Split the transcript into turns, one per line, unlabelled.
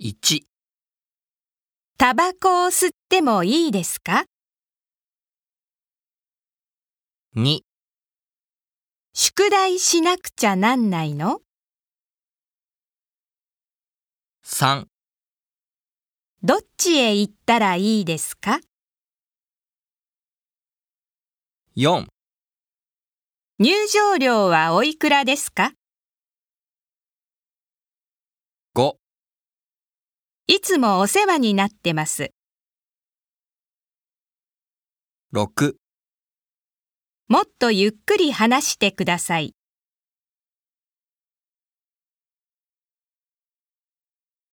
1、
タバコを吸ってもいいですか
2、
宿題しなくちゃなんないの
3、
どっちへ行ったらいいですか
4。
入場料はおいくらですか
5
いつもお世話になってます。
6
もっとゆっくり話してください。